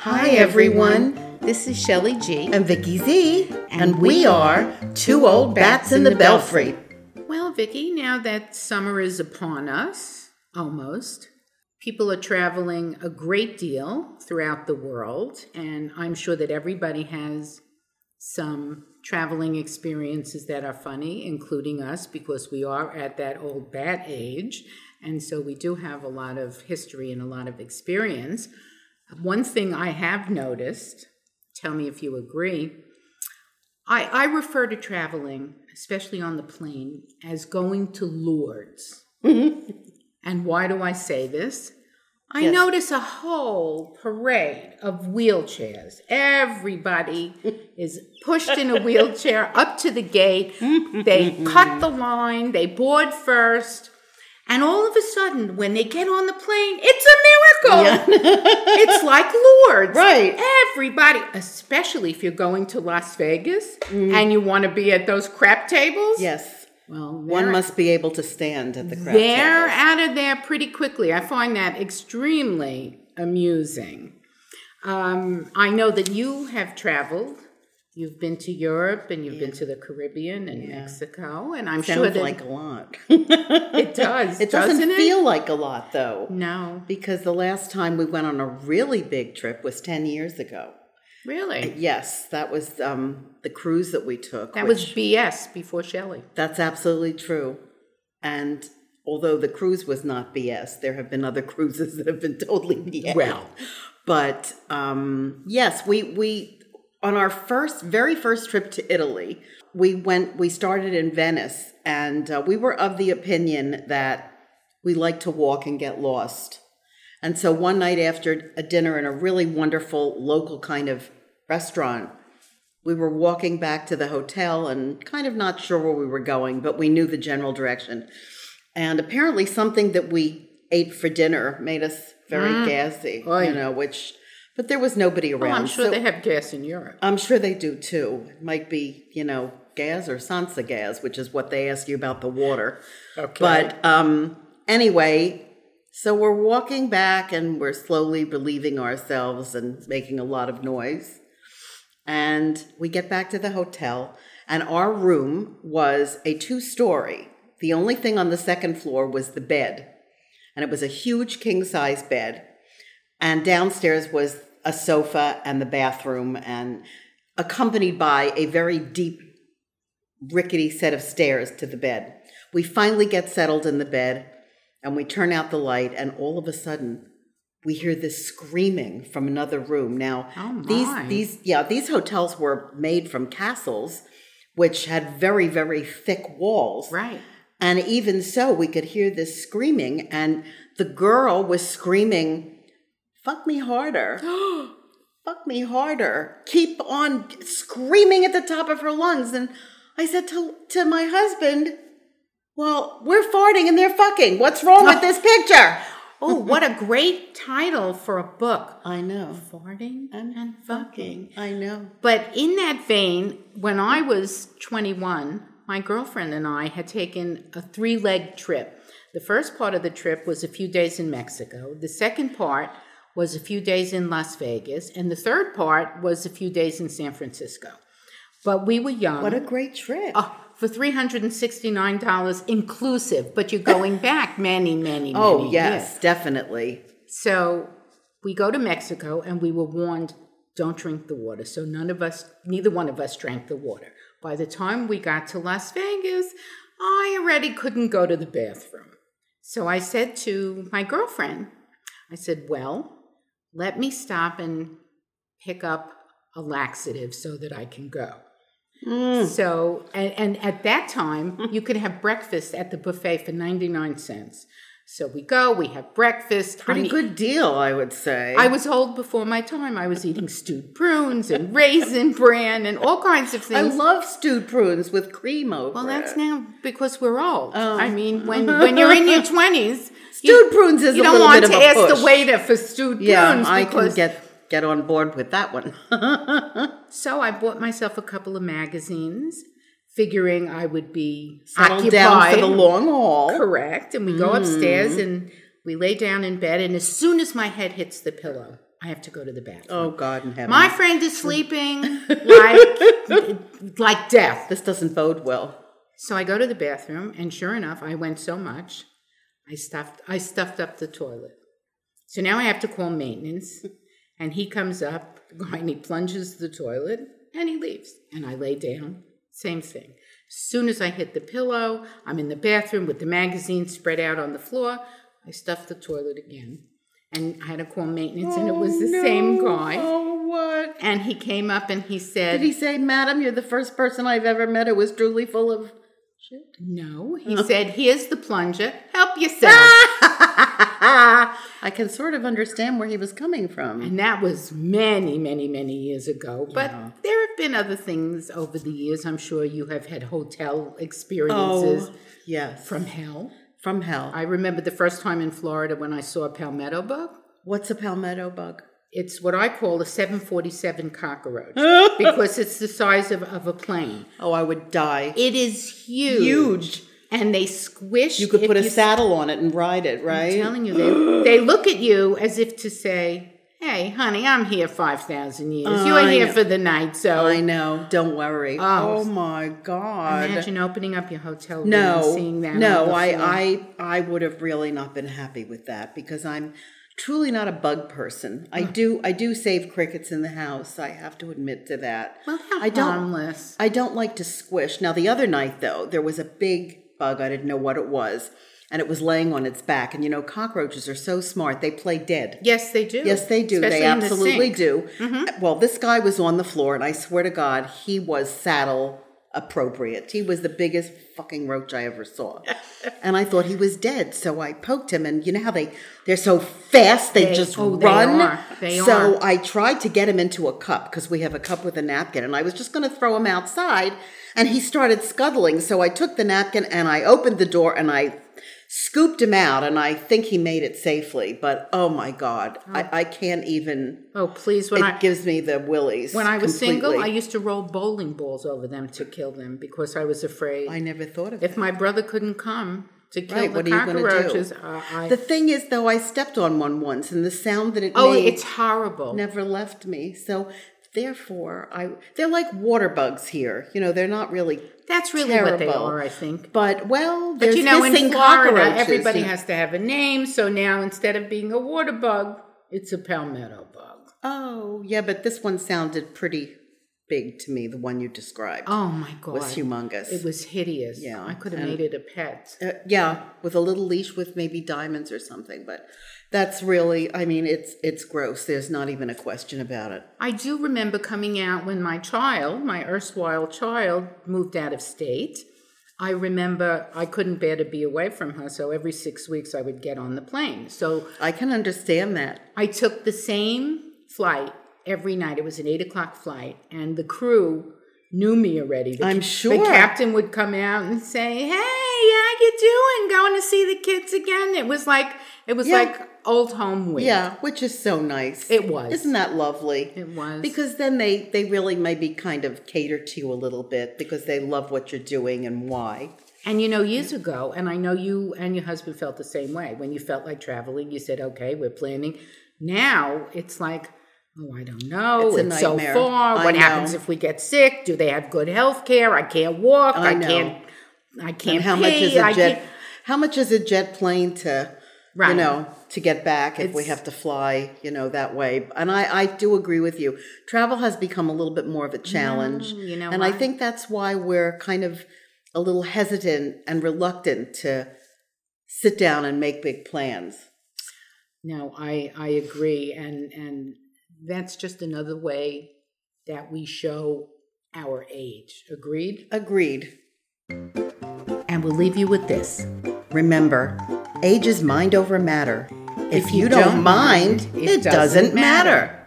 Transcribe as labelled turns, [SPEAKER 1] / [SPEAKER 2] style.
[SPEAKER 1] Hi, everyone.
[SPEAKER 2] This is Shelley G.
[SPEAKER 1] I'm Vicky Z, and we are Two Old Bats in the Belfry.
[SPEAKER 2] Well, Vicky, now that summer is upon us, almost, people are traveling a great deal throughout the world, and I'm sure that everybody has some traveling experiences that are funny, including us, because we are at that old bat age. And so we do have a lot of history and a lot of experience. One thing I have noticed, tell me if you agree, I, I refer to traveling, especially on the plane, as going to Lourdes. and why do I say this? I
[SPEAKER 1] Mm-hmm. Yes.
[SPEAKER 2] notice a whole parade of wheelchairs. Everybody is pushed in a wheelchair up to the gate. They cut the line, they board first. And all of a sudden, when they get on the plane, it's a miracle. it's like Lourdes.
[SPEAKER 1] Right.
[SPEAKER 2] Everybody, especially if you're going to Las Vegas and you want to be at those crap tables.
[SPEAKER 1] Yes,
[SPEAKER 2] Well,
[SPEAKER 1] one
[SPEAKER 2] they're-
[SPEAKER 1] must be able to stand at the crowd.
[SPEAKER 2] They're out of there pretty quickly. I find that extremely amusing. Um, I know that you have traveled. You've been to Europe and you've been to the Caribbean and Mexico, and I'm
[SPEAKER 1] Sounds
[SPEAKER 2] sure that
[SPEAKER 1] like a lot.
[SPEAKER 2] it does.
[SPEAKER 1] it doesn't
[SPEAKER 2] doesn't
[SPEAKER 1] feel like a lot, though,
[SPEAKER 2] No,
[SPEAKER 1] because the last time we went on a really big trip was 10 years ago.
[SPEAKER 2] really.
[SPEAKER 1] Yes, that was um, the cruise that we took.
[SPEAKER 2] That
[SPEAKER 1] which-
[SPEAKER 2] was BS before Shelley.
[SPEAKER 1] That's absolutely true. And although the cruise was not BS, there have been other cruises that have been totally BS.
[SPEAKER 2] Well.
[SPEAKER 1] but um, yes, we we on our first very first trip to Italy, we went. We started in Venice, and uh, we were of the opinion that we like to walk and get lost. And so one night after a dinner in a really wonderful local kind of restaurant, we were walking back to the hotel and kind of not sure where we were going, but we knew the general direction. And apparently, something that we ate for dinner made us very gassy,
[SPEAKER 2] Mm. Oy.
[SPEAKER 1] you know, which, but there was nobody around.
[SPEAKER 2] Well, I'm sure
[SPEAKER 1] so
[SPEAKER 2] they have gas in Europe.
[SPEAKER 1] I'm sure they do too. It might be, you know, gas or Sansa gas, which is what they ask you about the water.
[SPEAKER 2] Okay.
[SPEAKER 1] But um, anyway, so we're walking back and we're slowly relieving ourselves and making a lot of noise. And we get back to the hotel, and our room was a two story. The only thing on the second floor was the bed, and it was a huge king size bed. And downstairs was a sofa and the bathroom, and accompanied by a very deep rickety set of stairs to the bed. We finally get settled in the bed and we turn out the light, and all of a sudden, we hear this screaming from another room. Now,
[SPEAKER 2] Oh, my.
[SPEAKER 1] these these yeah, these hotels were made from castles which had very very thick walls.
[SPEAKER 2] right.
[SPEAKER 1] And even so, we could hear this screaming, and the girl was screaming, Fuck me harder. Fuck me harder. Keep on screaming at the top of her lungs. And I said to, to my husband, Well, we're farting and they're fucking. What's wrong with this picture?
[SPEAKER 2] Oh, what a great title for a book.
[SPEAKER 1] I know.
[SPEAKER 2] Farting
[SPEAKER 1] And
[SPEAKER 2] and fucking.
[SPEAKER 1] I know.
[SPEAKER 2] But in that vein, when I was 21, my girlfriend and I had taken a three leg trip. The first part of the trip was a few days in Mexico, the second part was a few days in Las Vegas, and the third part was a few days in San Francisco. But we were young.
[SPEAKER 1] What a great trip.
[SPEAKER 2] Oh, for $369 inclusive, but you're going back many, many, many
[SPEAKER 1] oh,
[SPEAKER 2] years.
[SPEAKER 1] yes, definitely.
[SPEAKER 2] So we go to Mexico and we were warned don't drink the water. So none of us, neither one of us drank the water. By the time we got to Las Vegas, I already couldn't go to the bathroom. So I said to my girlfriend, I said, well, let me stop and pick up a laxative so that I can go.
[SPEAKER 1] Mm.
[SPEAKER 2] So, and, and at that time, you could have breakfast at the buffet for 99 cents. So we go, we have breakfast.
[SPEAKER 1] Pretty
[SPEAKER 2] I'm
[SPEAKER 1] good deal, I would say.
[SPEAKER 2] I was old before my time. I was eating stewed prunes and raisin bran and all kinds of
[SPEAKER 1] I
[SPEAKER 2] things.
[SPEAKER 1] love stewed prunes with cream over
[SPEAKER 2] well,
[SPEAKER 1] it.
[SPEAKER 2] that's now because we're old. I mean, when when you're in your twenties,
[SPEAKER 1] Oh. Stewed prunes is
[SPEAKER 2] you
[SPEAKER 1] a
[SPEAKER 2] don't
[SPEAKER 1] little
[SPEAKER 2] want
[SPEAKER 1] bit
[SPEAKER 2] to
[SPEAKER 1] of a
[SPEAKER 2] ask
[SPEAKER 1] push.
[SPEAKER 2] the waiter for stewed
[SPEAKER 1] Yeah,
[SPEAKER 2] prunes.
[SPEAKER 1] I can
[SPEAKER 2] because-
[SPEAKER 1] get get on board with that one.
[SPEAKER 2] So I bought myself a couple of magazines, figuring I would be
[SPEAKER 1] Settle
[SPEAKER 2] occupied.
[SPEAKER 1] down for the long haul. Mm.
[SPEAKER 2] Correct. And we go upstairs and. We lay down in bed, and as soon as my head hits the pillow, I have to go to the bathroom.
[SPEAKER 1] Oh God in heaven.
[SPEAKER 2] My friend is sleeping like like death.
[SPEAKER 1] this doesn't bode well.
[SPEAKER 2] So I go to the bathroom, and sure enough, I went so much, I stuffed I stuffed up the toilet. So now I have to call maintenance, and he comes up and he plunges the toilet and he leaves, and I lay down. Same thing. Soon as I hit the pillow, I'm in the bathroom with the magazine spread out on the floor. I stuffed the toilet again, and I had to call maintenance, and it was the same guy.
[SPEAKER 1] Oh what?
[SPEAKER 2] And he came up and he said,
[SPEAKER 1] Did he say, Madam, you're the first person I've ever met who was truly full of shit?
[SPEAKER 2] No. He said, Here's the plunger. Help yourself.
[SPEAKER 1] Ah! I can sort of understand where he was coming from.
[SPEAKER 2] and that was many, many, many years ago. But
[SPEAKER 1] Yeah.
[SPEAKER 2] there have been other things over the years. I'm sure you have had hotel
[SPEAKER 1] Oh.
[SPEAKER 2] experiences
[SPEAKER 1] yes. From,
[SPEAKER 2] from hell.
[SPEAKER 1] from hell.
[SPEAKER 2] I remember the first time in Florida when I saw a palmetto bug.
[SPEAKER 1] What's a palmetto bug?
[SPEAKER 2] It's what I call a 747 cockroach because it's the size of, of a plane.
[SPEAKER 1] Oh, I would die.
[SPEAKER 2] It is huge.
[SPEAKER 1] Huge.
[SPEAKER 2] And they squish.
[SPEAKER 1] You could
[SPEAKER 2] if
[SPEAKER 1] put a
[SPEAKER 2] you
[SPEAKER 1] saddle on it and ride it, right?
[SPEAKER 2] telling you they, they look at you as if to say hey honey i'm here 5000 years you are
[SPEAKER 1] I
[SPEAKER 2] here
[SPEAKER 1] know.
[SPEAKER 2] for the night so
[SPEAKER 1] I know. Don't worry. Oh, my God.
[SPEAKER 2] imagine opening up your hotel room
[SPEAKER 1] no,
[SPEAKER 2] and seeing that on
[SPEAKER 1] no,
[SPEAKER 2] the
[SPEAKER 1] I,
[SPEAKER 2] floor.
[SPEAKER 1] I, I would have really not been happy with that because I'm truly not a bug person. I do, I do save crickets in the house. I have to admit to that.
[SPEAKER 2] well how
[SPEAKER 1] I don't-
[SPEAKER 2] harmless
[SPEAKER 1] I don't like to squish. Now, the other night, though, there was a big bug. I didn't know what it was. And it was laying on its back. And you know, cockroaches are so smart. They play dead.
[SPEAKER 2] yes they do
[SPEAKER 1] Yes, they do.
[SPEAKER 2] Especially
[SPEAKER 1] they
[SPEAKER 2] in the
[SPEAKER 1] absolutely
[SPEAKER 2] sink. Mm-hmm.
[SPEAKER 1] do. Well, this guy was on the floor, and I swear to God, he was saddle appropriate. He was the biggest fucking roach I ever saw. and I thought he was dead. So I poked him, and you know how they, they're so fast, they,
[SPEAKER 2] They-
[SPEAKER 1] just
[SPEAKER 2] oh, they
[SPEAKER 1] run.
[SPEAKER 2] are. They
[SPEAKER 1] so
[SPEAKER 2] are.
[SPEAKER 1] I tried to get him into a cup because we have a cup with a napkin, and I was just going to throw him outside, and he started scuttling. So I took the napkin and I opened the door and I scooped him out, and I think he made it safely. But oh my god, I, I can't even.
[SPEAKER 2] oh please when
[SPEAKER 1] it
[SPEAKER 2] i
[SPEAKER 1] gives me the willies.
[SPEAKER 2] when I was single, I
[SPEAKER 1] completely.
[SPEAKER 2] used to roll bowling balls over them to kill them because I was afraid
[SPEAKER 1] I never thought of it.
[SPEAKER 2] if my brother couldn't come to kill
[SPEAKER 1] Right,
[SPEAKER 2] the
[SPEAKER 1] what are you gonna do?
[SPEAKER 2] cockroaches. Uh, I,
[SPEAKER 1] The thing is, though, I stepped on one once, and the sound that it
[SPEAKER 2] oh,
[SPEAKER 1] made
[SPEAKER 2] it's horrible.
[SPEAKER 1] never left me. So. Therefore, I they're like water bugs here. You know, they're not really
[SPEAKER 2] That's really what they
[SPEAKER 1] terrible.
[SPEAKER 2] are, I think.
[SPEAKER 1] But well,
[SPEAKER 2] But
[SPEAKER 1] there's
[SPEAKER 2] you know, in
[SPEAKER 1] hissing
[SPEAKER 2] Florida,
[SPEAKER 1] cockroaches,
[SPEAKER 2] everybody
[SPEAKER 1] you know.
[SPEAKER 2] has to have a name. So now, instead of being a water bug, it's a palmetto bug.
[SPEAKER 1] Oh yeah, but this one sounded pretty big to me. The one you described
[SPEAKER 2] Oh my god,
[SPEAKER 1] was humongous.
[SPEAKER 2] it was hideous.
[SPEAKER 1] Yeah,
[SPEAKER 2] I could have
[SPEAKER 1] and-
[SPEAKER 2] made it a pet.
[SPEAKER 1] Uh, yeah, with a little leash with maybe diamonds or something. But that's really, I mean, it's it's gross. There's not even a question about it.
[SPEAKER 2] I do remember coming out when my child, my erstwhile child, moved out of state. I remember I couldn't bear to be away from her, so every six weeks I would get on the plane. So
[SPEAKER 1] I can understand that.
[SPEAKER 2] I took the same flight every night. It was an eight o'clock flight, and the crew knew me already. The,
[SPEAKER 1] I'm
[SPEAKER 2] ca-
[SPEAKER 1] sure.
[SPEAKER 2] the captain would come out and say, "Hey, how you doing? Going to see the kids again?" It was like it was
[SPEAKER 1] Yeah.
[SPEAKER 2] like old home week.
[SPEAKER 1] Yeah, which is so nice.
[SPEAKER 2] It was.
[SPEAKER 1] Isn't that lovely?
[SPEAKER 2] it was
[SPEAKER 1] Because then they they really maybe kind of cater to you a little bit because they love what you're doing and why.
[SPEAKER 2] And you know, years ago, and I know you and your husband felt the same way. When you felt like traveling, you said, "Okay, we're planning." Now it's like, "Oh, I don't know.
[SPEAKER 1] It's
[SPEAKER 2] It's,
[SPEAKER 1] a
[SPEAKER 2] so
[SPEAKER 1] nightmare.
[SPEAKER 2] far.
[SPEAKER 1] I
[SPEAKER 2] what
[SPEAKER 1] know.
[SPEAKER 2] happens if we get sick? Do they have good health care? I can't walk.
[SPEAKER 1] I
[SPEAKER 2] I,
[SPEAKER 1] know.
[SPEAKER 2] can't. I can't.
[SPEAKER 1] And how much
[SPEAKER 2] pee,
[SPEAKER 1] is a
[SPEAKER 2] I
[SPEAKER 1] jet?
[SPEAKER 2] can't-
[SPEAKER 1] How much is a jet plane to, you
[SPEAKER 2] Right.
[SPEAKER 1] know, to get back if we
[SPEAKER 2] It's-
[SPEAKER 1] have to fly, you know, that way? And I, I do agree with you. Travel has become a little bit more of a challenge,
[SPEAKER 2] Mm, you know
[SPEAKER 1] and I
[SPEAKER 2] why?
[SPEAKER 1] think that's why we're kind of a little hesitant and reluctant to sit down and make big plans.
[SPEAKER 2] No, I I agree, and and that's just another way that we show our age. Agreed.
[SPEAKER 1] Agreed.
[SPEAKER 2] And we'll leave you with this.
[SPEAKER 1] Remember, age is mind over matter. If, you, don't, mind, it, doesn't matter.